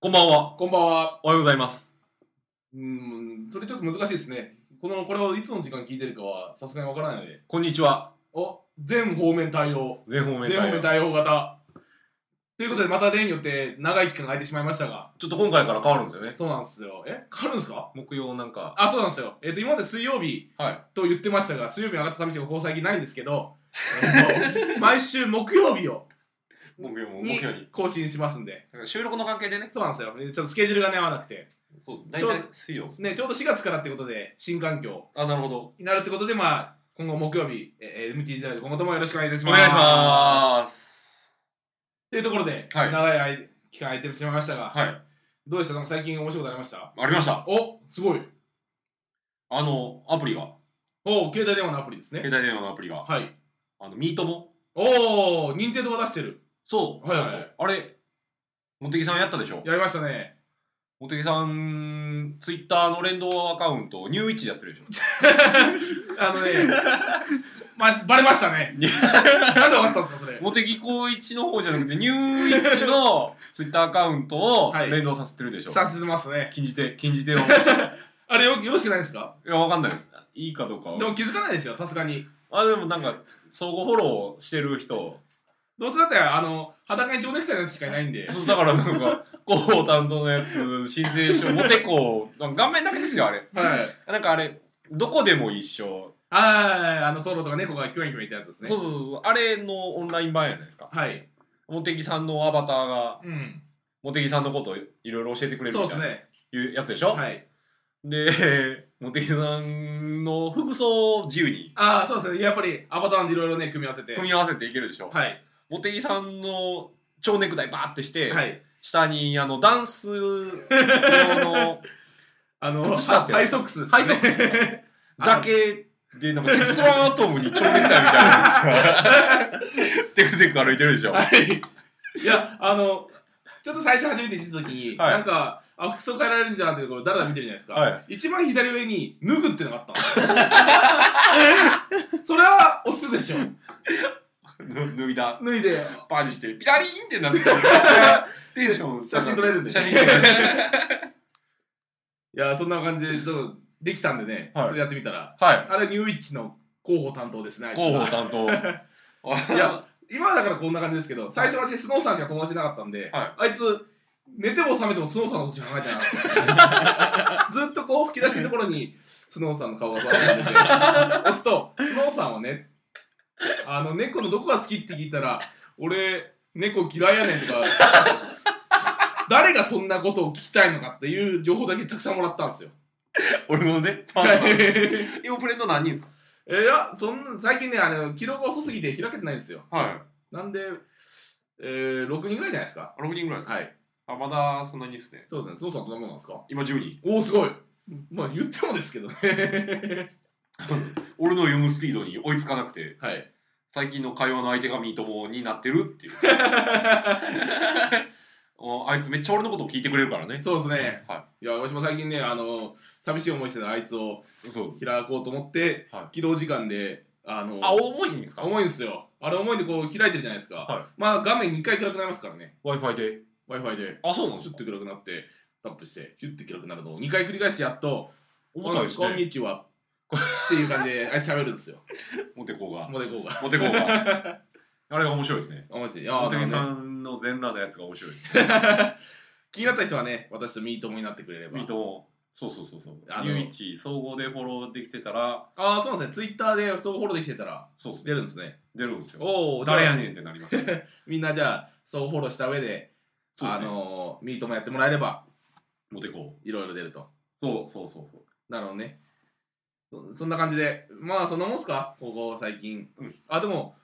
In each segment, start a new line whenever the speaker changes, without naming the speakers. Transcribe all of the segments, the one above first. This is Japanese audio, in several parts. こんばんは。
こんばんは。
おはようございます。
うーん、それちょっと難しいですね。この、これをいつの時間聞いてるかは、さすがにわからないので。
こんにちは。
お、全方面対応。
全方面
全
対
方
応
面対応型。ということで、また例によって、長い期間が空いてしまいましたが、
ちょっと今回から変わるんですよね。
そうなんですよ。え、変わるんですか
木曜なんか。
あ、そうなんですよ。えっ、と、今まで水曜日
はい。
と言ってましたが、水曜日に上がった試しがここ最近ないんですけど、 えっと毎週木曜日を
木曜も
に
木曜に。
更新しますんで、
収録の関係でね。
そうなんですよ。ちょっとスケジュールがね、合わなくて。
そうです。
ちょうど
水曜。
ね、ちょうど4月からってことで、新環境
あ、なるほど。
になるってことで、まあ、今後木曜日、えー、MT 時代で今後ともよろしくお願いいたし
お
ます。
願いします。
というところで、
はい
長い間期間空いてしまいましたが、
はい。
どうでしたなんか最近面白いことありました
ありました。
おすごい
あの、アプリが。
お携帯電話のアプリですね。
携帯電話のアプリが。
はい。
あの、ミートも。
おー、任天堂が出してる。
そう。
はいはい
そうそうあれ、茂木さんやったでしょ
やりましたね。
茂木さん、ツイッターの連動アカウント、ニューイッチでやって るでしょ
あのね、 ま、バレましたね。 なんでわかったんですか、それ。
茂木光一の方じゃなくて、ニューイッチのツイッターアカウントを
はい
連動させてるでしょ。
させてますね。
禁じ手、禁じ手を。い
あれよ、よろしくないですか
や、わかんないです。いいかどうかは
でも気づかないでしょ、さすがに。
あ、でもなんか、相互フォローしてる人。
どうせだったら、あの、裸に蝶ネクタイのやつしかいないん で。
そうだからなんか、広報担当のやつ、申請書、モテコ、顔面だけですよ、あれ。
はい。
なんかあれ、どこでも一緒。
あー、あの、トロとか猫がキョエンキョエンってやつですね。
そうそうそう。あれのオンライン版やないですか。
はい。
茂木さんのアバターが、
うん。
茂木さんのことをいろいろ教えてくれる
そう
み
で
たい
す
な、
ね。
いうやつでしょ、
はい。
で、茂木さんの服装を自由に
ああ、そうですね。やっぱりアバターなんでいろいろね、組み合わせて。
組み合わせていけるでしょ、
はい。
茂木さんの蝶ネクタイバーってして、
はい。
下にあのダンス用 の
あの
靴下ってやつ
ハイソックスです
ハイソック スだけで、なんか鉄腕アトムに蝶ネクタイみたいなやつがテクテク歩いてるでし ょ。
はい。いや、あの、ちょっと最初初めて聞いたときに、
はい
なんか、あ、服装変えられるんじゃんってこう、だらだら見てるじゃないですか。
は
一番左上に、脱ぐってのがあったの それは、押すでしょ。
ぬ脱いだ。
脱いで、
パージして、ピラリーンってなってる。テンション
写真撮れるん で
写真撮れる。
いや、そんな感じで、ちょっと、できたんでね、
はい
それやってみたら、
はい。
あれ、ニューイッチの広報担当ですね、あいつ
広報担当。
いや、今はだからこんな感じですけど、最初私、スノーさんしか友達いなかったんで、
は
あいつ、寝ても覚めてもスノーさんのことしか考えてなか った。ずっとこう吹き出しのところに、スノーさんの顔がわーって出て、押すと、スノーさんはね、あの、猫のどこが好きって聞いたら、俺、猫嫌いやねんとか、誰がそんなことを聞きたいのかっていう情報だけたくさんもらったんですよ。
俺もね、パン
は
パ
い
ン。今フレンド何人ですか
いや、そんな、最近ね、あの、記録が遅すぎて開けてないんですよ。
は
なんで、えー、6人ぐらいじゃないですか。
い。6人ぐらいですか
はい。
あ、まだそんなにですね。
そうですね。そうさんどんなもんなんですか
今10人。
おお、すごい。まあ、言ってもですけどね。
俺の読むスピードに追いつかなくて、
はい。
最近の会話の相手がミートモになってるって いう。おあいつめっちゃ俺のことを聞いてくれるからね。
そうですね。
はい
や、私も最近ね、あの、寂しい思いしてたあいつを
い。そう。
開こうと思って、
は
起動時間で、あの、
あ、重いんですか
重いんですよ。あれ重いんでこう開いてるじゃないですか。
は
まあ、画面2回暗くなりますからね。
?Wi-Fi で。
Wi-Fi で。
あ、そうなんで
シ
す
ュッ
か
て暗くなって、タップして、ヒュッて暗くなるのを2回繰り返してやっと、
重たいです
こん
ね。
にちは。っていう感じで、あいつ喋る んですよ。
モテコが。
モデコが。
モテコが。 あれが面白いですね。
面白い。いや
モ
ー
テ
だ
コ
か
さ
らね
んの全裸のやつが面白いですね。
気になった人はね、私とミートもになってくれれば
ミー。トモ。そうそうそうそう。
あの
ユイチ、総合でフォローできてたら、
ああ、そうなんですね。ツイッターでそうフォローできてたら
そうです
出
ね。
るんですね。
出るんですよ。
おお、
誰や
ん。
ねんってなりますね。
みんなじゃあ、そうフォローした上で、
そうで
あ
すね。
のー、ミートもやってもらえれば、
モテコ。
いろいろ出ると。
そうそうそうそう。
なるほどね。そそんな感じで、まあ、そんなもんすかここ最近。
うん
あ、でも、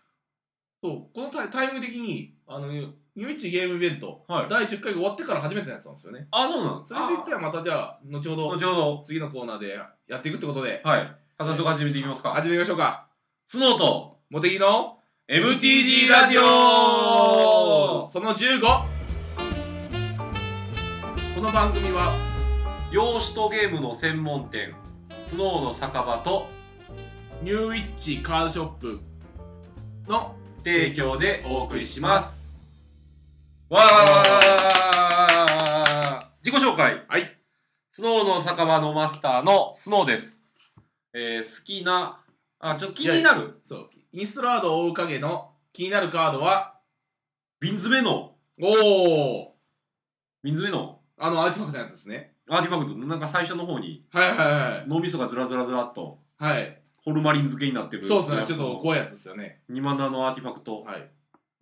そう、このタイタイム的に、あの、ニューイッチゲームイベント、
はい
第10回が終わってから初めてのやつなんですよね。
あ、そうなんで
それについてはまたじゃあ、後ほ
後
ど、
ほ
次のコーナーでやっていくってことで、
ど。はい。早速始めていきますか。
始めましょうか。
スノーと
モテギの
MTG ラジオ
その15この番組は
洋酒とゲームの専門店、スノーの酒場と
ニューイッチカードショップの
提供でお送りします。わー介。
はい。
スノーの酒場のマスターのスノーです。えー、好きな、あ、ちょっと気になる。
そう。インストラードを追う影の気になるカードは、
瓶詰めの、
おお
瓶詰めの
あのアーティファクトのやつですね。
アーティファクト、なんか最初の方に、
はいは
脳みそがずらずらずらっと、
いはい。はい。
ホルマリン漬けになってる。
そうですね。ちょっと怖いやつですよね。
ニマナのアーティファクト。
はい。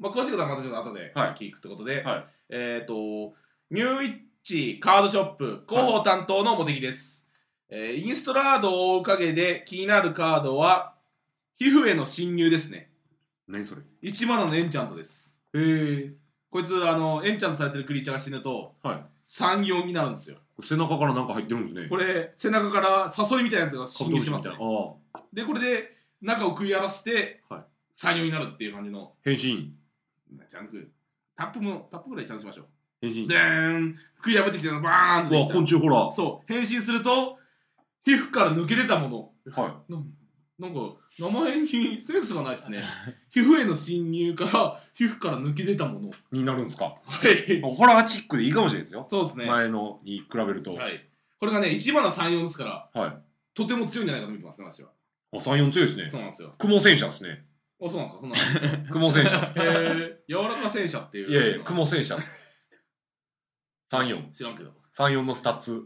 まあ、詳しいことはまたちょっと後で
はい
聞くってことで、
はい
えっ、と、ニューイッチカードショップ広報担当の茂木です。えーインストラードを追う影で気になるカードは、皮膚への侵入ですね。
何それ
一マナのエンチャントですへえこいつあのエンチャントされてるクリーチャーが死ぬと、
はい
三四になるんですよ
背中からなんか入ってるんですね。
これ背中からサソリみたいなやつが侵入しますね
カブトムシみたいなああ。
でこれで中を食い荒らして、
はい
三四になるっていう感じの
変身。
ジャンクタップもタップぐらいちゃんとしましょう
変身。
でーん食い破ってきてバーン
うわ、
って
昆虫ホラー。
そう変身すると皮膚から抜け出たもの
はい。
なんなんか名前にセンスがないですね皮膚への侵入から皮膚から抜け出たもの
になるんですか。
はい
ホラーチックでいいかもしれないですよ。
そうですね。は
前のに比べると。はい。
い。これがね、1番の3、4ですから、
あ、
とても強いんじゃないかと見てますね、私は。
3、4強いですね
そ。うなんですよ。
雲戦車ですね。
あ、そうなんですか、そうなんですか。
雲戦車。
えー、柔らか戦車っていう。
いやいや、雲戦車です。3、4。
知らんけど。
3、4のスタッツ。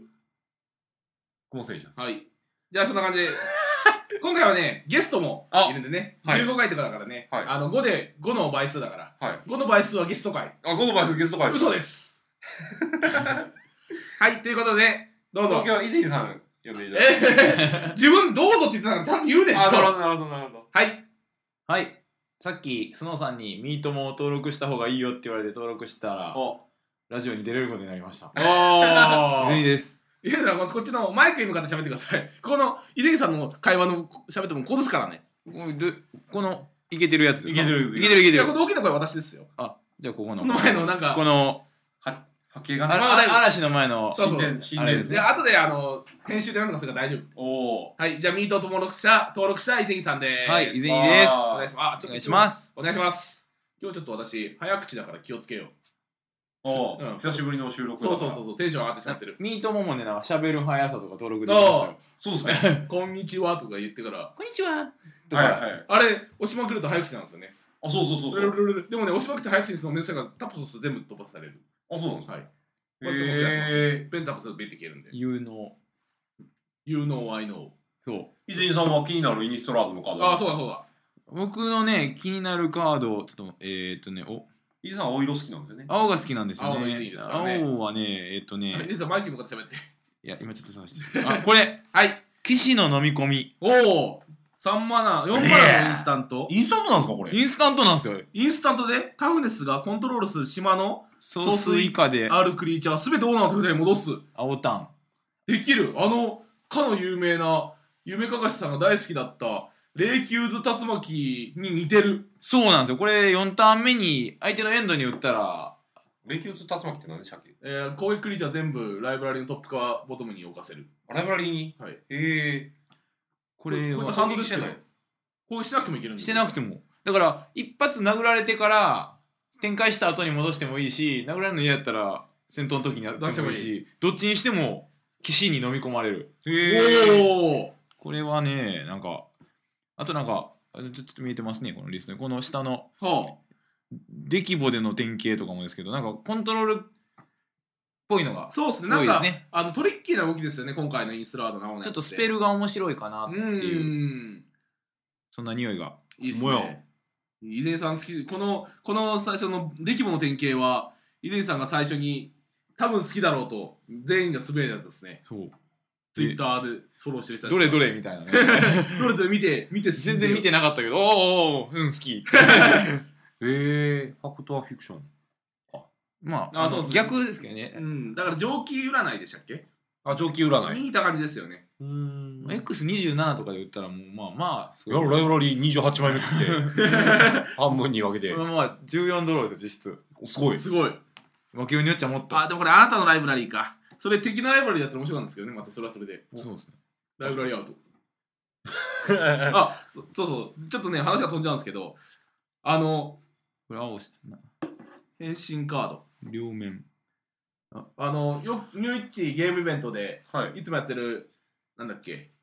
雲戦車。
はい。じゃあ、そんな感じで。今回はね、ゲストも
あ
いるんでね、
はい
15回とかだからね、
はい
あの5で5の倍数だから、
はい。
5の倍数はゲスト回。
あ、このバイスゲスト会
嘘です。はい、ということで、どうぞ
東。京は伊勢さん呼んでいただいて。
え自分どうぞって言ってたからちゃんと言うでしょ。
あ、なるほど、なるほど、なるほど。
はい。
はい。さっき、スノーさんにミートも登録した方がいいよって言われて登録したら、
お
ラジオに出れることになりました。
お
泉です。
いやだからこっちのマイクに向かって喋ってください。この伊勢さんの会話の喋ってもこうですからね。
これどこの、いけてるやつですか
いけてる
いけてるいけ
い
て
や、
る
こ。の大きな声は私ですよ。
じゃあ、ここの。
その前のなんか
この、
は波形が
あ
な
あ
い。
まだいぶ
あ嵐の前の、
そうそう
神殿、
あ
神
れ
殿
で
ですす
ね
ね。
で、後であの、編集で何とかするから大丈夫。
おお。
はい、じゃあミートを登録者、登録者、伊勢さんです。
はい、泉です。
あ
お願いします。あ、ちょっと。
お願いしますす。
お願いします。今日ちょっと私、早口だから気をつけよ
お
う
お。
ん
久しぶりの収
う。
録だ
そ
か
う
ら
そうそう、そうテンション上がってしまってる。
ミートももね、なんか喋る速さとか登録できましたよ。
そうですね。
こんにちはとか言ってから、
こんにちはと
はい
か、
はい。
あれ、押しまくると早口なんですよね。
あ、そうそうそうそ
ルル
う。
ルルルでもね、押しまくって早口にするの面倒くさいから、タップすると全部飛ばされる。
あ、そうなんですか。
はい。
へ
私もそうやってます
え。
ペンタップするとベって消えるんで。
有能。
You know I know.
そう。
伊勢さんは気になるインストラートのカード。
ああ、そうだそうだ。
僕のね、気になるカード、ちょっと、えー、っとね、お、
伊勢さんはお色好きなんですよね。
青が好きなんですよ
青の
ね。
泉ですからね
青はね、えーっとね、
え、さん、マイクに向かって喋って。
いや、今ちょっと探してる。あ、これ、
はい。
騎士の飲み込み。
おお !3 マナー、4マナーのインスタント。
インスタントなんですか、これ。
インスタントなんですよ。
インスタントでタフネスがコントロールする島の
ソース以下で、
あるクリーチャーすべてオーナーの手札に戻す。
青タン。
できる。あの、かの有名な、夢かがしさんが大好きだった、霊球図竜巻に似てる。
そうなんですよ。これ、4ターン目に、相手のエンドに打ったら、
霊柩と竜巻って何でしたっけ
えー、攻撃クリーチャー全部ライブラリのトップかボトムに置かせる。
ライブラリーに。
はい。
ええ。
これ
こいつ
は、
ハンドルしてな
攻撃してない
い。攻撃しなくてもいけるん
してなく
て。
ても。だから、一発殴られてから、展開した後に戻してもいいし、殴られるの嫌やったら、戦闘の時にやってもいい
出して
し、どっちにしても、騎士に飲み込まれる。
ええ。
おお
これはね、なんか、あとなんか、あちょちょっと見えてますね、このリストに。この下の、
はあ。
デキボでの典型とかもですけど、なんか、コントロールっぽいのが
そうですね、な
多
ん
いで
か、
すね。
あのトリッキーな動きですよね、今回のインストラードの青のやつ
ちょ
て
っとスペルが面白いかなっていう、
ん。
そんな匂いが。
いいっす
ほんまや
ね。伊勢さん好き、この、この最初のデキモの典型は、伊勢さんが最初に、多分好きだろうと、全員がつぶやいたやつですね。
そう。
ツイッターでフォローしてる人たち
どれどれみたいなね。
どれどれ見て、見て、
全然見てなかったけど、おーおーおーうん、好き。
ええ。ファクトはフィクション。
ま
あ
あ、あ
そう
の
そう
逆ですけどね
う。ん、だから蒸気占いでしたっけ、
あ、蒸気占い。
見た感じですよね。
うーんえ
X27 とかで売ったら、もう、まあまあ、す
いや
ごい。
ライブラリー28枚目食 って、半分に分けて
ま、あまあ、14ドローですよ、実質。
すごい。
すごい。
脇をによっちゃもっと。
あ、でもこれあなたのライブラリーか。それ敵のライブラリーだったら面白かったんですけどね、またそれはそれで。
そうですね。
ライブラリーア ウト。あそそうそうちょっとね話が飛んじゃうんですけどあの
これ青し、な
変身カード
両面。
あのよニューイッチゲームイベントで
はい。
いつもやってるなんだっけ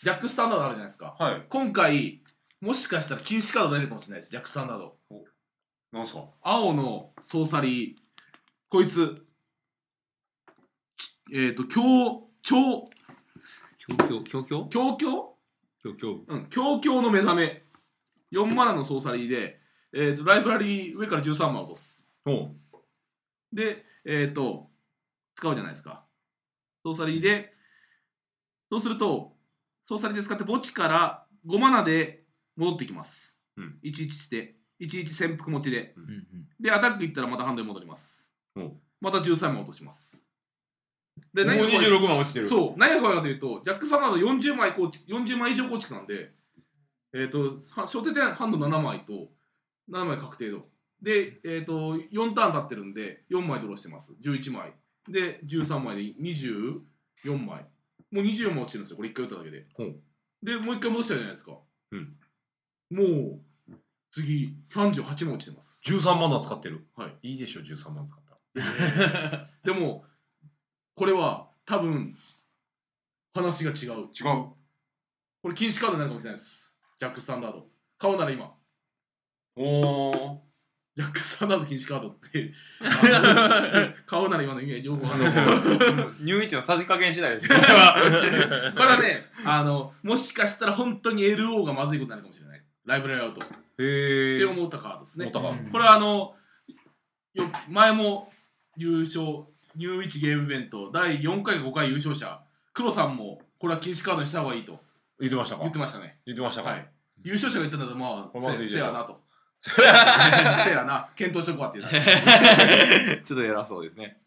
ジャックスタンダードあるじゃないですか
はい。
今回もしかしたら禁止カード出るかもしれないですジャックスタンダード
なんすか
青のソーサリーこいつきえっ、ー、と強強
強強強強
強強
強強
うん、強強の目覚め。4マナのソーサリーで、えー、とライブラリー上から13マナ落とす。
おう
で、えっ、と、使うじゃないですか。ソーサリーで、そうすると、ソーサリーで使って墓地から5マナで戻ってきます。
うん、
11して、11潜伏持ちで。
うんうん
で、アタックいったらまたハンドに戻ります
お。
また13マ落とします。で、
もう
が怖い
26万落ちてる
そう、何が怖いかというと、ジャック・サマード40枚構築40枚以上構築なんで、えっ、と、は小手点ハンド7枚と、7枚確定度。で、えっ、と、4ターン経ってるんで、4枚ドローしてます。11枚。で、13枚で24枚。もう24枚落ちてるんですよ、これ1回打っただけで。
ほう
で、もう1回戻したじゃないですか。
うん
もう、次、38枚落ちてます。
13万だ使ってる。。
はい
いいでしょ、13万使ったら。
でも、これは多分、話が違う。
違う。
これ禁止カードになるかもしれないです。ジャックスタンダード。買おうなら今。
おー。
ジャックスタンダード禁止カードって。 あの買おうなら今の意味はよくわかんない。
ニューイッチのさじ加減次第でしょ それは
これはね、あの、もしかしたら本当に LO がまずいことになるかもしれない。ライブラリアウト。
へ
って
ー。
思ったカードですね
思っ。たか
うん
これはあの、よ前も優勝、ニューイチゲームイベント、第4回、5回優勝者、黒さんも、これは禁止カードにした方がいいと
言ってましたか
言ってましたね。
言ってましたか
はい。優勝者が言ったんだと、ま
これま
あ、
ずい
せ
でしょ
せやなと。せやな、検討しとくわって言った。
ちょっと偉そうですね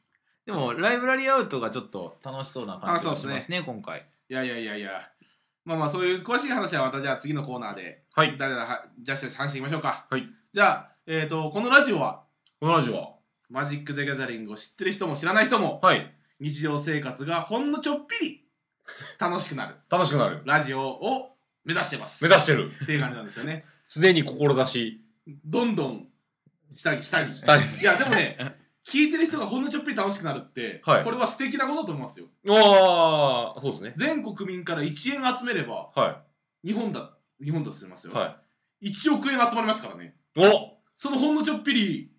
でもライブラリーアウトがちょっと楽しそうな感じが
あそうです
し
ね
ますね今回
いやいやいやいや。まあまあ、そういう詳しい話はまたじゃあ次のコーナーで、
はい。
誰だは、じゃあ話していきましょうか。
はい。
じゃあ、えっ、と、このラジオは、
このラジオは
マジック・ザ・ギャザリングを知ってる人も知らない人も、
はい。
日常生活がほんのちょっぴり楽しくなる
楽しくなる。
ラジオを目指してます。
目指してる。
っていう感じなんですよね。
すでに志。
どんどん、下に下に。
大
いや、でもね、聞いてる人がほんのちょっぴり楽しくなるって、
はい
これは素敵なことだと思いますよ。
ああ、そうですね。
全国民から1円集めれば、
は
日本だ、日本だとします
い。
よ。
は
1億円集まりますからね
い。お
そのほんのちょっぴり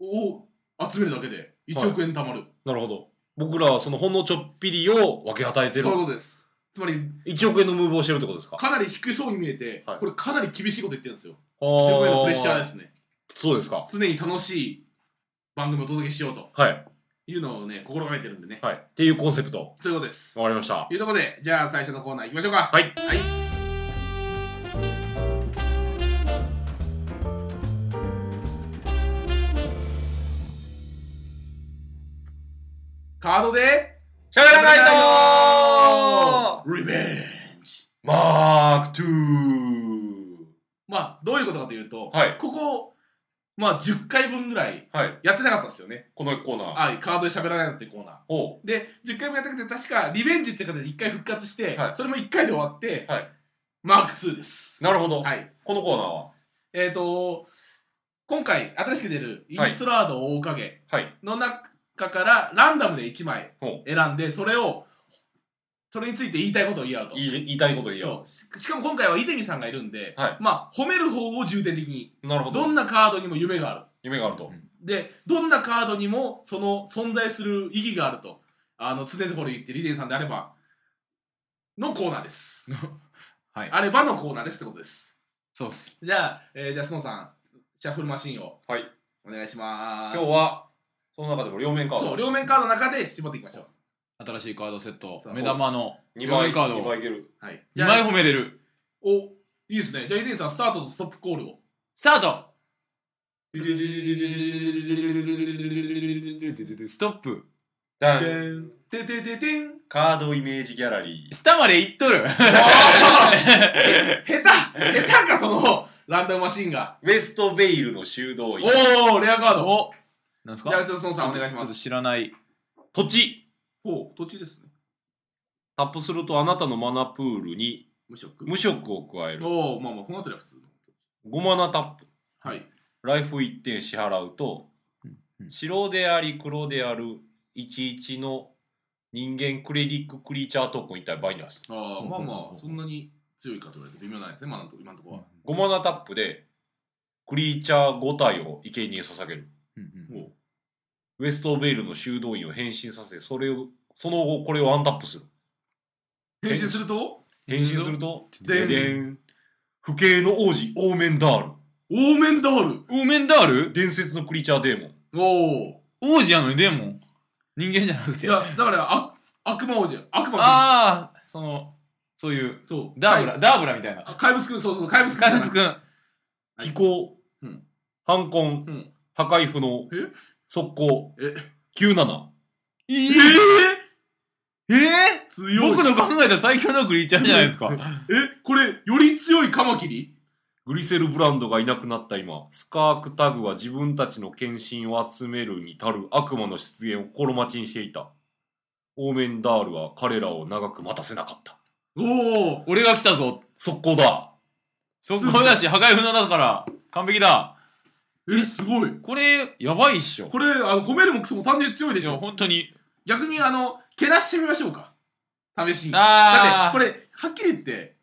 を集めるだけで1億円貯まる、
なるほど。僕らはそのほんのちょっぴりを分け与えてる
そう。いうことですつまり
1億円のムーブをしてるってことですか
かなり低そうに見えて、
はい
これかなり厳しいこと言ってるんですよ
あ
1
ー
億円のプレッシャーですね
そうですか。
常に楽しい番組をお届けしようと
はい。
いうのをね心がけてるんでね、
はい。っていうコンセプト。
そういうことです
わかりました。
というところでじゃあ最初のコーナー行きましょうか
はい。
はいカードで
しゃべらないと
リベンジ
マーク2
まあどういうことかというと、
はい
ここまあ10回分ぐらい
はい。
やってなかったんですよね
このコーナー。
あカードで喋らないのっていうコーナー
おう
で10回もやってくて確かリベンジっていう形で1回復活して、
はい
それも1回で終わって、
はい
マーク2です
なるほど。
はい
このコーナーは。
えっ、ー、と今回新しく出るインストラード大影
はい。
の中からランダムで1枚
おう
選んでそれをそれについて言いたいことを言い合うと
言い言いたいこと言いよ
そうししかも今回は伊手さんがいるんで、
はい
まあ褒める方を重点的に
う。なるほ
ど
ど。
んなカードにも夢がある
夢があると。
でどんなカードにもその存在する意義があるとあの常々これ言ってるリゼンさんであればのコーナーです
はい
あればのコーナーですってことです
そうっす
じゃあ、えーじゃあスノーさんシャッフルマシンを
はい
お願いします
今日は、その中でも両面カード。
そう両面カードの中で絞っていきましょう
新しいカードセット
そう
目玉の
二
両
枚
面カード
二枚いける。
はいじ
2
ゃ
枚
あ
褒めれる
おいいですねじゃあ伊勢さんスタートとストップコールを
スタートストップ
ダ
て
ン
んてんてんてんてん
カードイメージギャラリー。
下までいっとる
下手下手かそのランダムマシンが
ウェストベイルの修道院。
おおレアカード
おなんです
じゃあ
か
ちょっとスノーさんお願いし
ちょ
ま
っと
す
知らない
土地。
お土地ですね
タップするとあなたのマナプールに
無職
無色を加える。
おおまあまあこの辺りは普通
5マナタップ。
はい
ライフ1点支払うと
うんう、ん
白であり黒である11の人間クレリッククリーチャートークン1体倍に出した。
ああ、
うん
まあま
う
あ、
ん
そんなに強いかと言われて微妙ないですね、まあなんと今のところは。
5マナタップでクリーチャー5体を生贄に捧げる。
うん
おう
ウエストベイルの修道院を変身させ、それを、その後これをアンタップする。
変身すると
変身すると、
でん
でん不敬の王子、オーメンダール。
オーメンダール
ウーメンダール
伝説のクリーチャーデーモン。
おお
王子やのにでも人間じゃなく
い
て
や、だからあ悪魔王子や悪魔君
ああそのそういう
そう
ダーブ
怪
ラダーブラみたいな
あ怪物君そうそう怪物君
怪物くん
はい
飛行
うん、
反婚
うん、
破壊不能
え、
速攻、
え
97。
え
え
ええ
ー、強い
僕の考えた最強のクリーチャーじゃないですか
えこれより強いカマキリ
グリセルブランドがいなくなった今、スカークタグは自分たちの献身を集めるに足る悪魔の出現を心待ちにしていた。オーメンダールは彼らを長く待たせなかった。
おお
俺が来たぞ
速攻だ
速攻だし破壊不能だから完璧だ
えすごい
これやばいっしょ
これあの褒めるもクソも単純に強いで
い
し
や
ょ
本当に
逆にあのけなしてみましょうか試しにだっ
ああ
てこれはっきり言って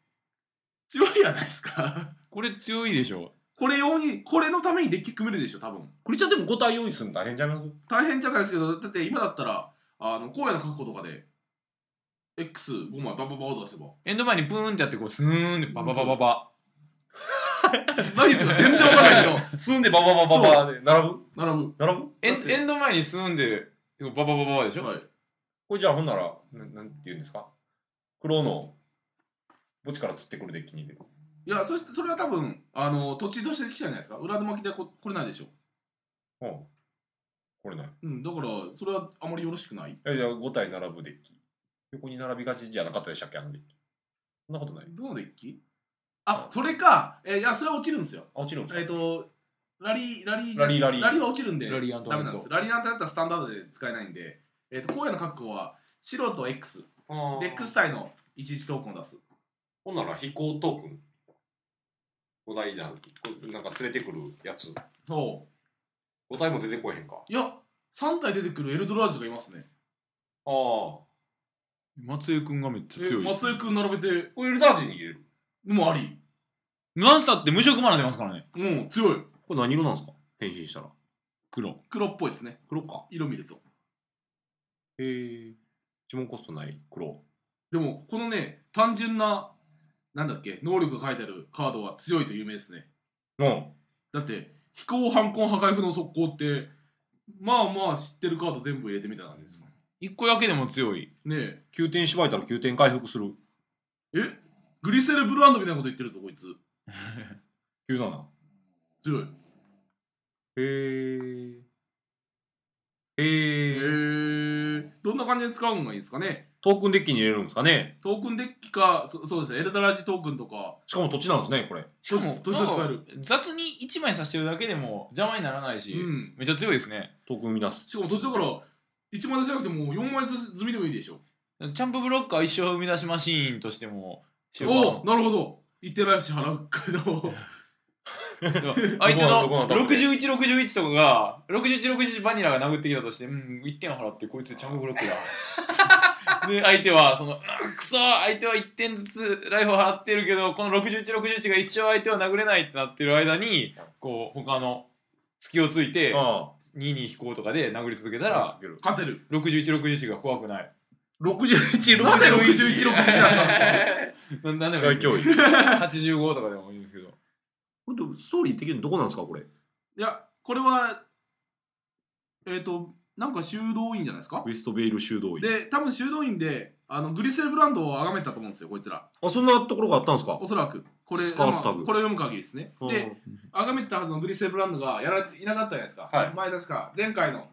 強いじゃないですか
これ強いでしょ
これ用にこれのためにデッキ組めるでしょ多分
クリーチャーでも5体用意するの大変じゃないます
大変じゃないですけどだって今だったらあの荒野の確保とかで X5 枚ババババ出せば
エンド前にブーンってやってこうスーンってバババババ
何言ってるか全然わかんないけど
積んでバババババで並ぶ
並ぶ
並ぶ
エ
だっ
ン
て
エンド前にスーンでバババババでしょ、
はい
これじゃあほんなら、ななんて言うんですか黒の墓地から釣ってくるデッキに入れる。
いやそしてそれは多分あの土地としてできたんじゃないですか裏の巻きでここれないでしょ
うん。これない。
うんだからそれはあまりよろしくない
えじゃあ5体並ぶデッキ。横に並びがちじゃなかったでしたっけあのデッキ。そんなことない。
どのデッキあそれかえいやそれは落ちるんですよ
あ、落ちるんですか
えっ、とラリーラリー
ラリーラリー
ラリーは落ちるんで
ラリーアント
ダ
ワ
メな
ント
んですラリーなんてだったらスタンダードで使えないんでえっ、と荒野の確保は白と X で X 対の11トークンを出す
ほんなら飛行トークン。5体だ。なんか連れてくるやつ。
おう
5体も出てこえへんか。
いや3体出てくるエルドラージュがいますね
ああ。こ
松江くんがめっちゃ
え
強いです、
松
ね
江、君並べて
れエルダージに入れる。
もうあり
なんしたって無色マナ出ますからね
もうん強い
これ何色なんですか変身したら。
黒
黒っぽいですね
黒か。
色見ると
へえ。呪文コストない黒。
でもこのね単純ななんだっけ能力が書いてあるカードは強いと有名ですね
うん。
だって飛行反抗破壊不能速攻ってまあまあ知ってるカード全部入れてみたいな感じですね
一個だけでも強い
ね
9点縛いたら9点回復する。
ええグリセルブランドみたいなこと言ってるぞこいつ
97。
強い
へえ。へえ。
えー、どんな感じで使うのがいいですかね
トークンデッキに入れるんですかね
トークンデッキかそそうですねエルダラジトークンとか
しかも土地なんですね、これ。
しかも
どうして使える
なんか雑に1枚さしてるだけでも邪魔にならないし、
うん
めっちゃ強いですね
トークン生み出す。
しかも途中から1枚出せなくても4枚ずつ積みでもいいでしょ
チャンプブロッカー一生生み出しマシーンとしても終盤
おおなるほど言ってないし払うけど
相手
どこな
の
んだろう
6161とかが6161バニラが殴ってきたとしてうん1点払ってこいつチャンプブロックだで相手はそのうんくそ相手は1点ずつライフを払ってるけどこの6161が一生相手を殴れないってなってる間にこう他の隙をついて
あ
2に引こうとかで殴り続け
あ。
たら
勝てる
6161が怖くない
61、
なんで
61
61 61な んだ
ななんでもい
大
いです
脅威。
85とかでもいいんですけど
これストーリー的にどこなんですかこれ
いや、これは、えっ、と、なんか修道院じゃないですか
ウエストベイル修道院
で、多分修道院で、あのグリセルブランドを崇めてたと思うんですよ、こいつら。
あそんなところがあったんですか
おそらく。これ、
スカースタグ
まあこれを読む限りですね。で、崇めてたはずのグリセルブランドがやらいなかったじゃないですか。
はい
前確か、前回の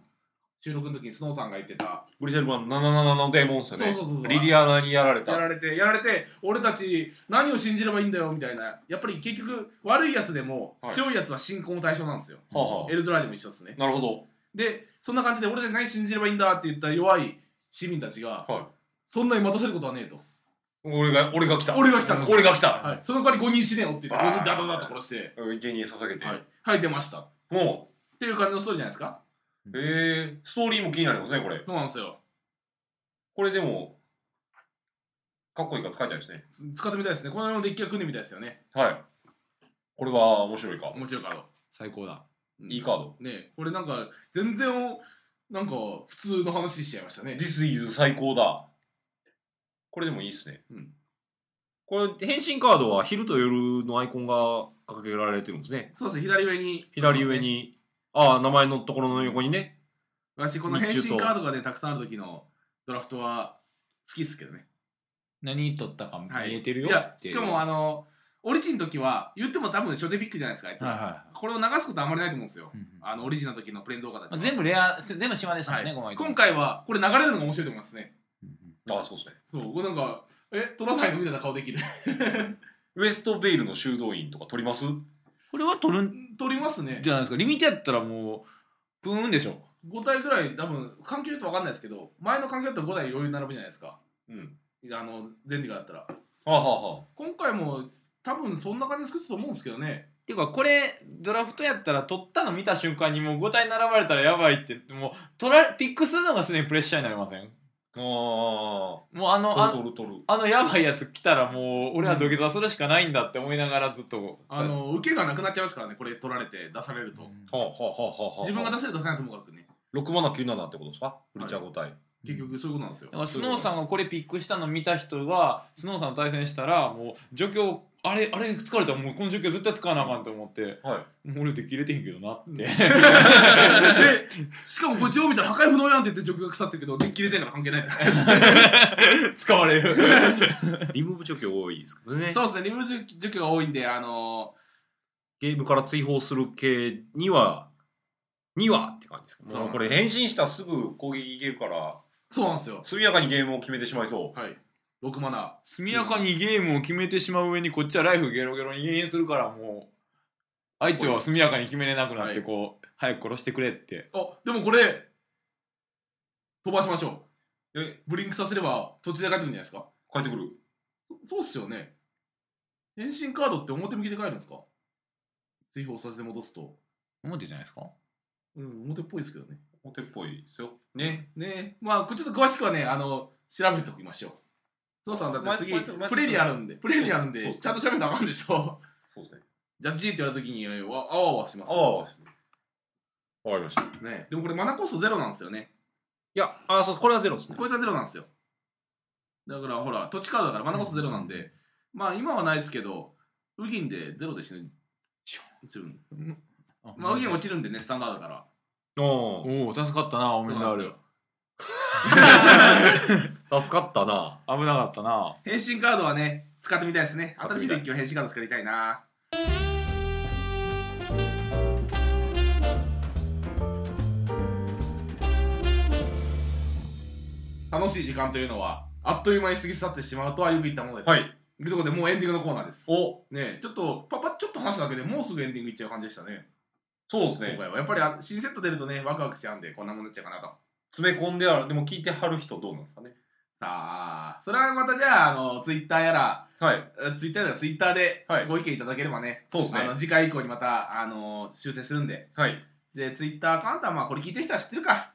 収録の時にスノーさんが言ってた、
グリセルバン77のデーモンっすよね
そうそうそうそう
リリアナにやられた
やられて、やられて、俺たち何を信じればいいんだよみたいな、やっぱり結局、悪いやつでも、
はい
強いやつは信仰の対象なんですよ。
はあはあ
エルドラージも一緒ですね。
なるほど
でそんな感じで俺たち何信じればいいんだって言った弱い市民たちが、
は
そんなに待たせることはねえと
俺が俺が来た
俺が来たの
俺が来た
はい、その代わり5人死ねよって言って
バーン
5人ダダダと殺して
生贄捧げて
はい、はい、出ましたっ
も
ていう感じのストーリーじゃないですか
えストーリーも気になりますねこれ
そうなんですよ。
これでもかっこいいから使いたいですね
つ使ってみたいですね。この辺のデッキは組んでみたいですよね。
はいこれは面白いか
面白いカード。最高だ。うん
いいカード
ねえこれなんか、全然、なんか、普通の話しちゃいましたね。
This is 最高だこれでもいいですね、
うん
これ変身カードは昼と夜のアイコンが掲げられてるんですね
そうですね、左上に。
左上。にああ名前のところの横にね
私、この変
日
身
中と
カードがね、たくさんある時のドラフトは好きですけどね。
何取ったか見えてるよ
いや、
って
し
う
かも、あの、オリジンの時は、言っても多分初手ピックじゃないですか、あいつ。
はいはいはい
これを流すことあんまりないと思うんですよ。
うんうんま
あの、オリジンの時のプレーン動画だ
あ
と。
全部レア全部島でしたもんね、
はい、
この
今回は、これ流れるのが面白いと思いますね。
ああそうですね
そう、これなんか、え、取らないのみたいな顔できる。
ウエストベイルの修道院とか取ります
これは取るん
取りますね
じ。ゃないですかリミテやったらもうプーンでしょ
5体ぐらい、多分、環境ちょっとわかんないですけど、前の環境だったら5体余裕に並ぶじゃないですか。
うん
あの、ゼンリガだったら。
はあ、はあはあ、
今回も、多分そんな感じで作ってたと思うんですけどね。
っていうかこれドラフトやったら取ったの見た瞬間にもう5体並ばれたらやばいってもう取らピックするのがすでにプレッシャーになりません
あ
もうあの
あ
あ
取る取る
あのやばいやつ来たらもう俺は土下座するしかないんだって思いながらずっと
あの、受けがなくなっちゃいますからね、これ取られて、出されると。
はあはあはあはあはあ
自分が出せる出せないともかくね。
6797ってことですかフリチャー5体、
結局そういうことなんですよ
だ。からスノーさんがこれピックしたの見た人がスノーさんと対戦したらもう除去あれあれ疲れたらもうこの除去絶対使わなあかんと思って
はい
もう俺できれてへんけどなって
でしかもこっちを見たら破壊不能やんって言って除去が腐ってるけど、デッキ入れてんから関係ない。
使われる
リムーブ除去多いですけどね
そうですね、リムジ除去が多いんで、あの
ゲームから追放する系にはにはって感じですけ
そ
ど
う
もうこれ変身したらすぐ攻撃いけるから
ーそうなんですよ。
速やかにゲームを決めてしまいそ
はい。6マナー。
速やかにゲームを決めてしまう上にこっちはライフゲロゲロに減塩するからもう相手は速やかに決めれなくなってこう早く殺してくれって
あ、でもこれ、飛ばしましょう。
え
ブリンクさせれば、途中で帰ってくるんじゃないですか。
う帰ってくる
そそうっすよね。変身カードって表向きで帰るんですか追放させて戻すと。
思ってじゃないですか
うん、表っぽいですけどね。
モテっぽいですよね
ねえ、まあ、これちょっと詳しくはね、あの、調べておきましょう。そうさん、だって次、
ままま
プレイにあるんで、プレイにあるん
そう
で
そ、う
ちゃんと調べなあかんでしょ。
そうですね
ジャッジって言われた時に、えわあわあわします
あ。あわかりましたい
ね、でもこれ、マナコストゼロなんですよね。
やあそうこれはゼロですね
これがゼロなんですよ。だから、ほら、土地カードだから、マナコストゼロなんで、まあ、今はないですけど、ウギンでゼロで死ぬ。うんまあ、ウギン落ちるんでね、スタンダードだから。
お
おお助かったなおめでとう
お助かったな
危なかったな
変身カードはね、使ってみたいですね。
使ってみ
新した
い
いデッキは変身カード使いたいな。楽しい時間というのは、あっという間に過ぎ去ってしまうとはよく言ったものです。
はい
というところでもうエンディングのコーナーです。
お
ねえちょっと、パパッちょっと話しただけでもうすぐエンディングいっちゃう感じでしたね。
そうです
今
ね
回は。やっぱりあ新セット出るとね、ワクワクしちゃうんで、こんなもんなっちゃうかなと。
詰め込んであるでも聞いてはる人どうなんですかね
さあ、それはまたじゃあ、あの、ツイッターやら、
はい
ツイッターではツイッターで
はい
ご意見いただければね、
そうです
あの
ね
次回以降にまた、あの修正するんで、
はい
でツイッターアカウントは、まあ、これ聞いてる人は知ってるか、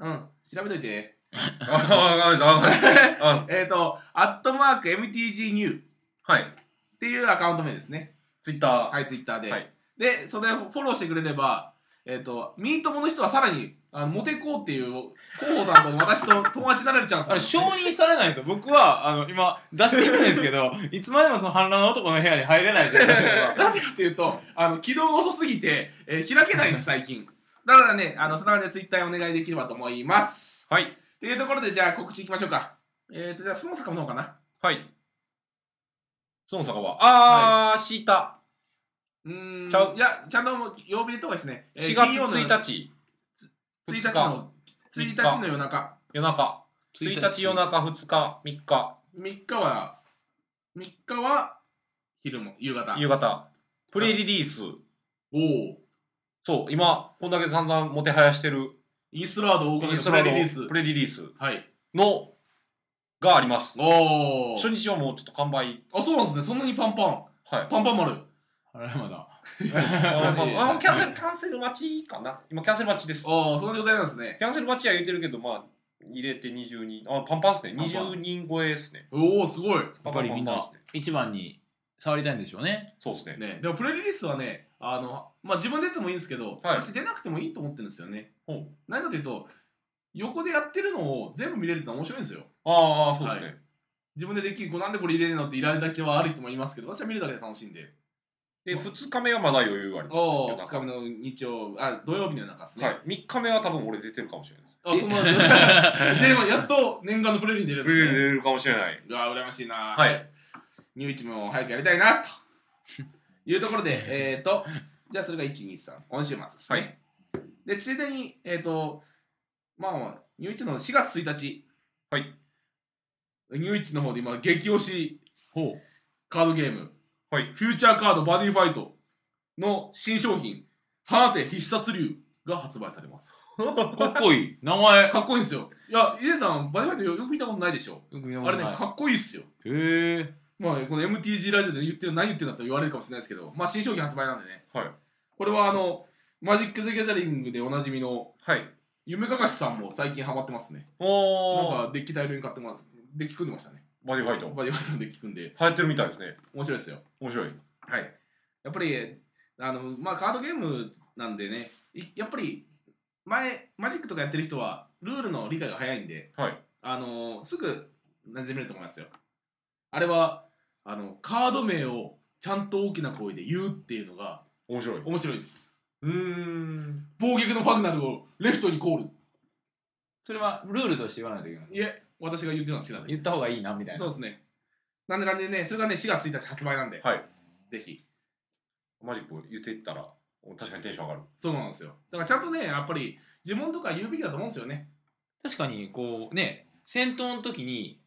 うん、調べといて、
あわかりましたわかりましたあ
えっと、アットマーク MTGNEW っ
はい
ていうアカウント名ですね、
ツイッター
はい、ツイッターで。
はい
で、それをフォローしてくれれば、えっとミートモの人はさらにあのモテこうっていう候補団と私と友達になれるチャンス
あれ承
なんですね
認されないんですよ僕はあの今出してほしいんですけどいつまでもその反乱の男の部屋に入れないじゃないです か
なんでかっていうと、あの、起動が遅すぎて、えー開けないんです、最近。だからね、あの、そのまでツイッターお願いできればと思います。
はい
っていうところで、じゃあ告知いきましょうか。えーと、じゃあ、その坂の方かな。
はい。その坂は、あー、シータ。
うーん。
ちゃう
いや、ちゃんともう曜日で言った方がいいですね。
4
金
月
曜の
1日、
1日の、1日の夜中。
夜中。1日夜中、2日、3日、
3日は、3日は、昼も、夕方。
夕方。プレイリリース。
おお。
そう、今、こんだけ散々もてはやしてる、
イースラード大金
イン
の
ス
プ
ト
レ
ラ
イ
の
リリース。
プレイリリース
はい。
の、があります。
おお。
初日はもうちょっと完売。
あ、そうなんですね。そんなにパンパン。
はい。
パンパン丸。
あれまだ
あまあ
いい
まあキャンセル、キャンセル待ちかな。今、キャンセル待ちです。キ
ああ、その状態なんですね。
ャンセル待ちは言ってるけど、まあ、入れて20人。あ、パンパンっすね。
パンパン
20人超えですね。
おお、すごい。
やっぱりみん
パンパンパンパン
な
っすね
一番に触りたいんでしょうね。
そうですね。
ね、でもプレイリリースはね、あの、まあ、自分で出てもいいんですけど、
はい
私出なくてもいいと思ってるんですよね。
ほう
何かというと、横でやってるのを全部見れるってのは面白いんですよ。
ああ、そうですね。
自分でできる、こうなんでこれ入れねえのっていられた気はある人もいますけど、私は見るだけで楽しいんで。
で、2日目はまだ余裕があります、ね。
お
夜
お、2
中
日目の日曜、あ、土曜日の夜中ですね。
はい。3日目は多分俺出てるかもしれない。
あ、そんな で、まあやっと念願のプレイリーに出るん
冬に
ですね。
出るかもしれない。
うわ、羨ましいな。
はい。
ニューイチも早くやりたいな、というところで、えっ、ー、と、じゃあそれが1、2、3、今週末ですね。で、ついでに、えっ、ー、と、まあ、ニューイチの4月1日。
はい。
ニューイチの方で今、激推し
ほ
カードゲーム。
はい
フューチャーカードバディファイトの新商品、花手必殺流が発売されます。
う。かっこいい。名 前。
かっこいいんですよ。いや、イデさん、バディファイトよく見たことないでしょ。
よく見たこ
あ
と
れ
な
ね、
い
かっこいいっすよ。
へえ。
まあ、この MTG ラジオで言ってる、何言ってるんだって言われるかもしれないですけど、まあ、新商品発売なんでね。
はい。
これは、あの、マジック・ザ・ギャザリングでおなじみの、
はい。
夢かかしさんも最近ハマってますね。なん
おー。
か、デッキ大量に買ってもらって、デッキ組んでましたね。
バディファイト。
バディファイトのデッキ組んで、
流行ってるみたいですね。
面白いですよ。
面白い。
はい。やっぱり、あの、まあ、カードゲームなんでね、いやっぱり、前、マジックとかやってる人は、ルールの理解が早いんで、
はい。
あのーすぐ馴染めると思いますよ。あれは、あの、カード名をちゃんと大きな声で言うっていうのが
面白い。
面白いです。
うーん。
暴撃のファグナルをレフトにコール。
それはルールとして言わないといけない。
いえ、私が言ってるのは好きなんで。
言った方がいいなみたいな。
そうですね。なんでなんでね、それがね、4月1日発売なんで、
はい。
ぜひ。
マジック言ってったら、確かにテンション上がる。
そうなんですよ。だからちゃんとね、やっぱり呪文とか言うべきだと思うんですよね。
確かにこうね戦闘の時に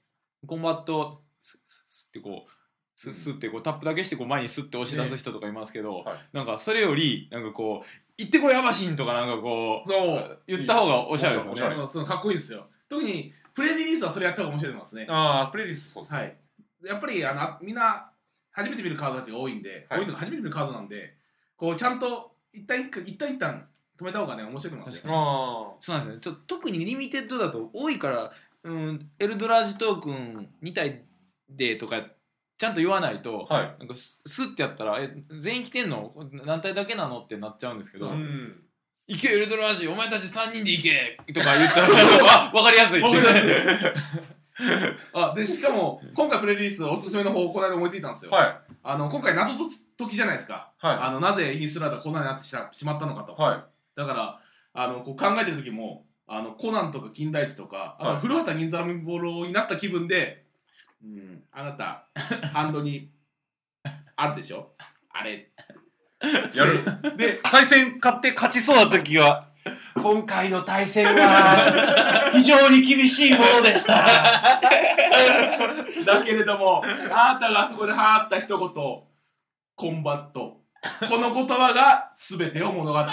コンバットスッスッスッってこうスッスッってこうタップだけしてこう前にスッて押し出す人とかいますけど、
ねはい
なんかそれよりなんかこう「行ってこいヤマシン!」とかなんかこ
そう
言った方がおしゃれですよ
お
ね
しゃれ
う。そうかっこいいですよ。特に、プレリリースはそれやった方が面白いと思いますね。
ああ、プレイリストそうですね。
はい、やっぱりあのあみんな初めて見るカードたちが多いんで、
はい
多いとか初めて見るカードなんでこうちゃんと一旦一旦一旦一旦止めた方がね面白くなりますね
あ
そうなんですねちょっと特にリミテッドだと多いから、うん、エルドラージトークン2体でとかちゃんと言わないと、
あ。はい。
なんかススッてやったら「え全員来てんのこれ何体だけなの?」ってなっちゃうんですけ
う。
ど
そうん
「行けエルドラージお前たち3人で行け!」とか言ったらわ分かりやすい
わかりやすいあでしかも今回プレイリリースおすすめの方をこの間思いついたんですよ、
はい。
あの今回謎解きじゃないですか、
は
あのなぜイニスラーダこんなになってしましまったのかと、
い。は
だからあのこう考えてる時もあのコナンとか金田一とかあ
は
と
い
古畑任三郎になった気分で、うん、あな たハンドにあるでしょあれ
い。やる。
で
対戦勝って勝ちそうな時は、今回の対戦は、非常に厳しいものでした。
だけれどもあなたがあそこで放った一言コンバットこの言葉が全てを物語る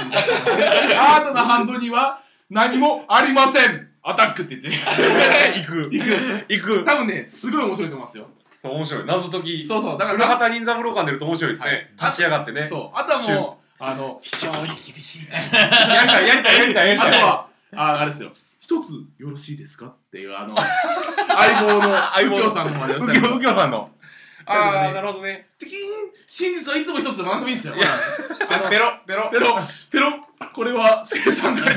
あなたのハンドには何もありませんアタックって言っ て
行く。
いく
行く。
多分ねすごい面白いと思いますよ
そう、面白い。謎解き。
そうそうだから
古畑任三郎感出ると面白いですね。
はい
立ち上がってね。
そうあとは
シュッ
もうあの
非常に厳しい
やりたい、やりたい、やりたい、やり
あ
た
と
い。
は、ああれですよ。一つよろしいですかっていう、あの、 相棒の右京さんのまで
右京、右京さんの。
あー
なるほどね。
的に真実はいつも一つで学びいいんですよ。あの
ペロ、ペロ
ペ。ロ、ペロ、これは生産から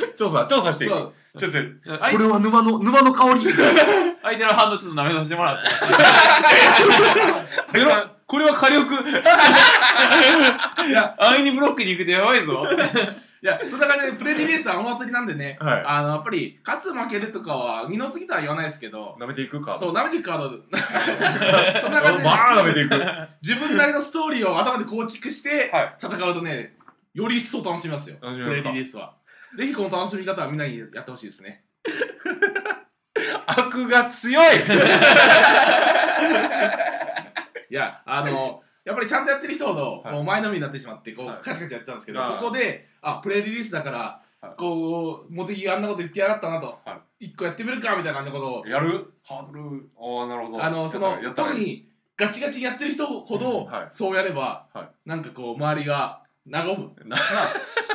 出
調査、調査しててい
る。
く。
そう
ちょっと、こ
相手
れは沼の、沼の香り。
相手のハンドちょっと舐めさせてもらって
ペロ。
これは火力 いや安易にブロックに行くとやばいぞ
いや、そんな感じで、プレリリースはお祭りなんでね、
はい
あの、やっぱり、勝つ負けるとかは、二の次とは言わないですけど、
舐めていくか。
そう、舐めていくカード、 そんな感じで、
まあ、舐めていく。
自分なりのストーリーを頭で構築して
はい、
戦うとね、より一層楽しみますよ。
楽しみ
プ
ま
レ
すか
リリースは。ぜひこの楽しみ方はみんなにやってほしいですね。
悪が強 い。
いや、あ の、やっぱりちゃんとやってる人ほど、
はい
こう前のめりになってしまって、こう、
はい
カチカチやってたんですけど、
はい
ここで、あ、プレイリリースだから、
はい
こう、モテギがあんなこと言ってやがったなと、
は
一個やってみるか、みたいな感じのことを、
やるハードル。ああ、なるほど。
あの、その
や、ったね
特。に、ガチガチにやってる人ほ
う
ど、
んはい
そうやれば、
は
なんかこう周りが和む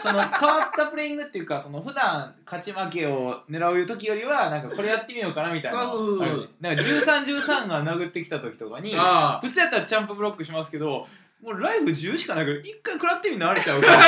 その変わったプレイングっていうかその普段勝ち負けを狙う時よりはなんかこれやってみようかなみたいな
そうそうそう
なんか1313が殴ってきた時とかに
あ
普通やったらジャンプブロックしますけどもうライフ10しかないけど一回食らってみなあれちゃうから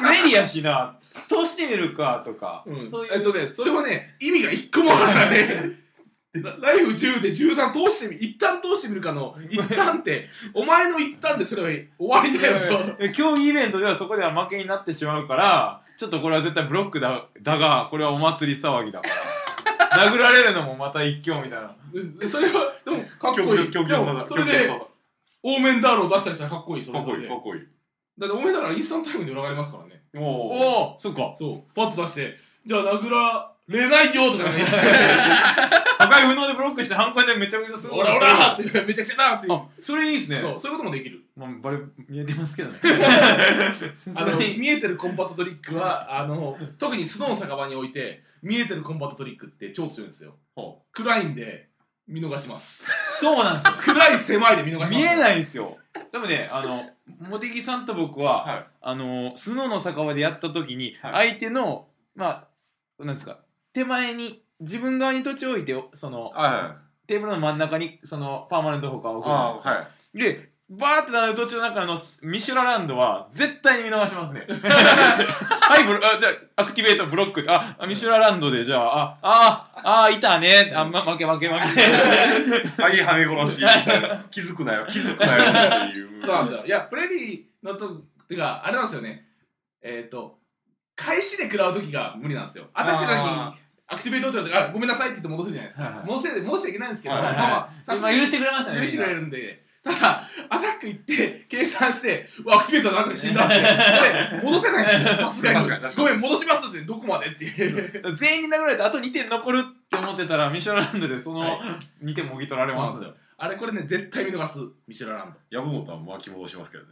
プレイやしな 通してみるかとか、
あ、うん
そうい
えっ
う
とねそれはね意味が一個もあるんだね ライフ10で13通してみ一旦通してみるかの一旦ってお前の一旦でそれは終わりだよと
え競技イベントではそこでは負けになってしまうからちょっとこれは絶対ブロックだだがこれはお祭り騒ぎだから殴られるのもまた一興みたいな
でそれは でもかっこいい
競技
でもそれで
か
オーメンダールを出したりしたらかっこいいそれ
っこいい
で
かっこいい
だってオーメンダールはインスタントタイムで裏がりますからね
おお
おおそっか
そうパッと出してじゃあ殴られないよ とかね
赤い不能でブロックして反抗でめちゃくちゃすごい
オラオラってめちゃくちゃなっていう
あそれいいですね
そうそういうこともできる
まあバレ見えてますけ どね
あの見えてるコンバットトリックはあの特にスノー酒場において見えてるコンバットトリックって超強いんですよ
ほ
暗いんで見逃します
そうなんですよ
暗い狭いで見逃します
見えないんですよでもねあの茂木さんと僕は、
はい
あのスノーの酒場でやった時に、
は
相手のまあなんですか手前に自分側に土地を置いてその
はいはい
テーブルの真ん中にそのパーマネント他を置くじゃない
あ
です
ー
か
はい
でバーってなる途中の中のスミシュラランドは絶対に見逃し ますねはいブロあじゃあアクティベートブロックああミシュラランドでじゃああああいたねあ、ま、負け負け負け
はい、はめ殺しみたいな。気づくなよ、気づくなよって いう。
そうなんですよいやフレディのとてかあれなんですよねえっ、と開始で食らう時が無理なんですよアタックだけに
あ
アクティベートってあごめんなさいって言って戻せるじゃないですか、
はいはい
戻せる戻しちゃいけないんですけど、
はいはい
まあまあさすがに
今許してくれましたね
許してくれるんで、ただ、アタック行って、計算して、うわアクティベーターなんかで死んだって、で戻せないんですよ、さすがに
確かに確。か
ご
に
めん、戻しますって、どこまでっていう。
全員に殴られてあと2点残るって思ってたらミシュラランドでその
は
2点もぎ取られ
そうな
ま
んですすよあれ、これね、絶対見逃す、ミシュラランド。
籔本は巻き戻します けどね。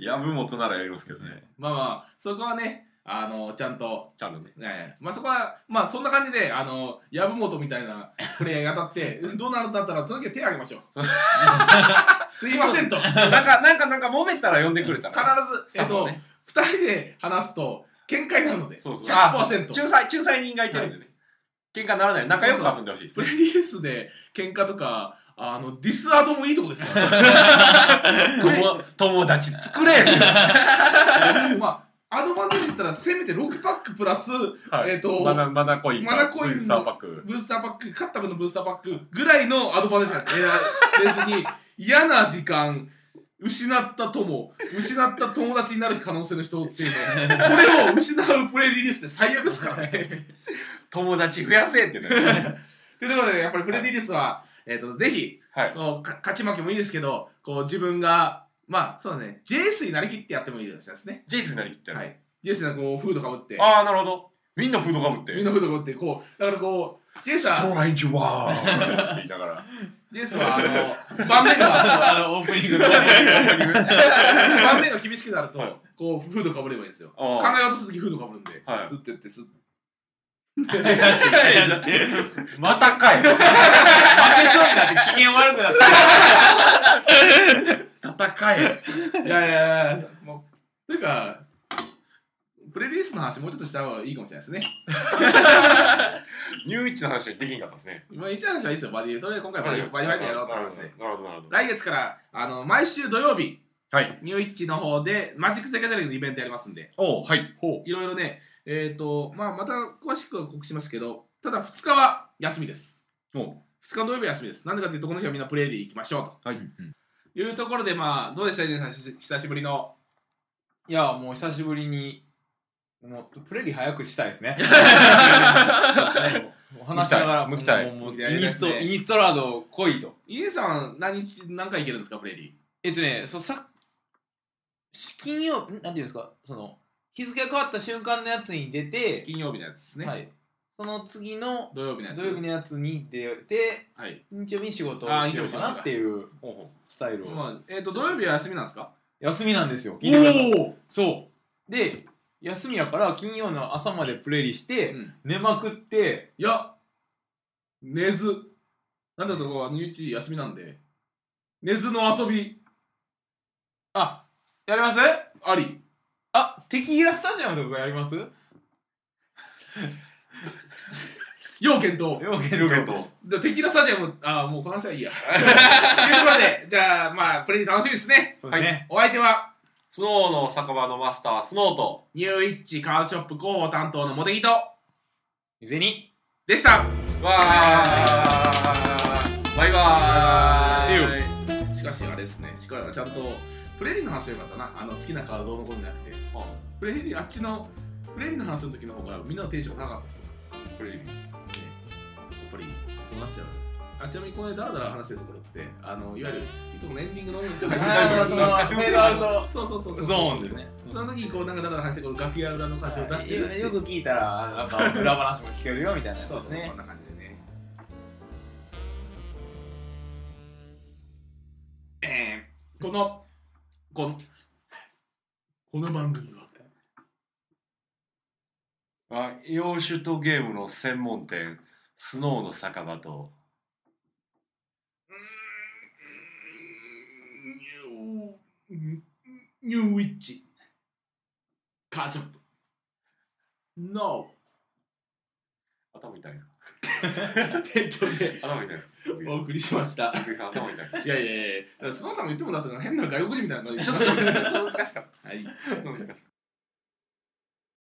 籔本ならやりますけどね。
まあまあ、そこはね、あの、ちゃんと、
ちゃんとね。
ね、まあそこは、まあそんな感じで、あの、籔本みたいなプレイヤーが当た って、うんどうなるんだったら、その時は手を挙げましょう。 すいませんと。必
なんか、なんか、なんか、揉めたら呼んでくれたら。
ず、えっと、
ね
2人で話すと、喧嘩になるので、
そうそう。
100%。
仲裁、仲裁人がいてるんでね。喧嘩ならない。仲良く遊んでほしいです
プ
ね。
レリースで喧嘩とかあのディスアドもいいとこですから
友友達作れ
まあアドバンテージだったらせめて6パックプラス
はい
えっと
マナ、マナコインか。
マナコインの
ブースターパック。
ブースターパック勝った分のブースターパックぐらいのアドバンテージが得られずに嫌な時間失った友失った友達になる可能性の人っていうのこれを失うプレリリースで最悪ですからねって
友達増やせってね。
いうことでやっぱりプレリリースは、えっとぜひ
はい。
こうか勝ち負けもいいですけどこう自分がまあそうだねジェイスになりきってやってもいいですね
ジェイスになりきってる
は。いジェイスなんかこうフードかぶって
ああ、なるほど。みんなフードかぶって。
みんなフードかぶってこうだからこうジェイスは
ランジュワーって言いなが ら。
ジェイスはあの盤面が
あのオープニ ングの
盤面が厳しくなると
はい
こうフードかぶればいいんですよ
あ
考
ー
え渡す時フードかぶるんで
はい
スッてやってスッ
またかい
負けそうになって機嫌悪くなって
戦え
いやいやいやもうというかプレリリースの話もうちょっとした方がいいかもしれないですね
ニューイッチの話はできんかったですね。
今一番話はいいですよバディとりあえず今回バディバディファイトやろうと思いますね
なるほど、なるほど。
来月からあの毎週土曜日
はい。
ニューイッチの方でマジック・ザ・ギャザリングのイベントやりますんで、
おうはい。ほ
いろいろね、えっ、と、まあ、また詳しくは告知しますけど、ただ2日は休みです。
う。お
2日の土曜日は休みです。なんでかというと、この日はみんなプレイリー行きましょう
はい。
というところで、まあ、どうでした、ね、久しぶりの。
いやもう久しぶりにもうプレリ早くした いですねもう話しながら
向きたい
もうもう
向き
イ
たい
ンストインストラード来いと
家さん、何日、何回行けるんですか、プレイリ
えっとねそうさ金曜んなんていうんですかその日付が変わった瞬間のやつに出
ー。
て、
金曜日のやつですね。
はい、その次の
土曜日のやつ。
土曜日のやつに出て
はい。
日曜日に仕事をしようかなっていう
ほうほ
スタイルを、
まあ、えっ、と、土曜日は休みなんですか
休みなんですよ聞いてください
お
そうで休みやから金曜の朝までプレイして、
うん
寝まくって
いや、寝ず。なんだとこは、ニューチ休みなんで。根津の遊び、
あ、やります
あり。
あ、テキーラスタジアムとかやります
要検討。
要件
ロケット。
でテキーラスタジアム、ああ、もうこの話はいい や。ということで、じゃあ、まあ、プレイ楽しみですね。
そうですね。
お相手は、
スノーの酒場のマスター、スノーと、
ニューイッチカーショップ広報担当のモテギト
銭。
でした。
わーバイバーイ
See
しかし、あれですね、しかちゃんと、プレイの話はよかったな。あの、好きなカードどうのこうのじゃなくて、プレイあっちの、プレイの話の時の方がみんなのテンションが高かったですよ。
これ、やっぱり、
こうなっちゃうあちなみにこの間ダラダラ話してるところってあのいわゆるいつものエンディングの音楽が
あーそのフェードアウト
そうそうそうそう
ゾーンですね。
その時にこうなんかダラダラ話してこう楽屋裏の歌詞を出してるっていう
よく聞いたら、なんか裏話も聞けるよみたいなやつ
そう
です
そう
ね
こん。な感じでねえー、このこのこの番組は
あ洋酒とゲームの専門店、スノーの酒場と、
ニューニューウィッチカーショップ NO
頭痛いですか
提供で
頭 痛いです
お送りしました。
頭痛い。
い やいやいや、スノーさんも言ってもだって変な外国人みたいな感じで。ちょっと
難しかっ
はい
た。難しかった。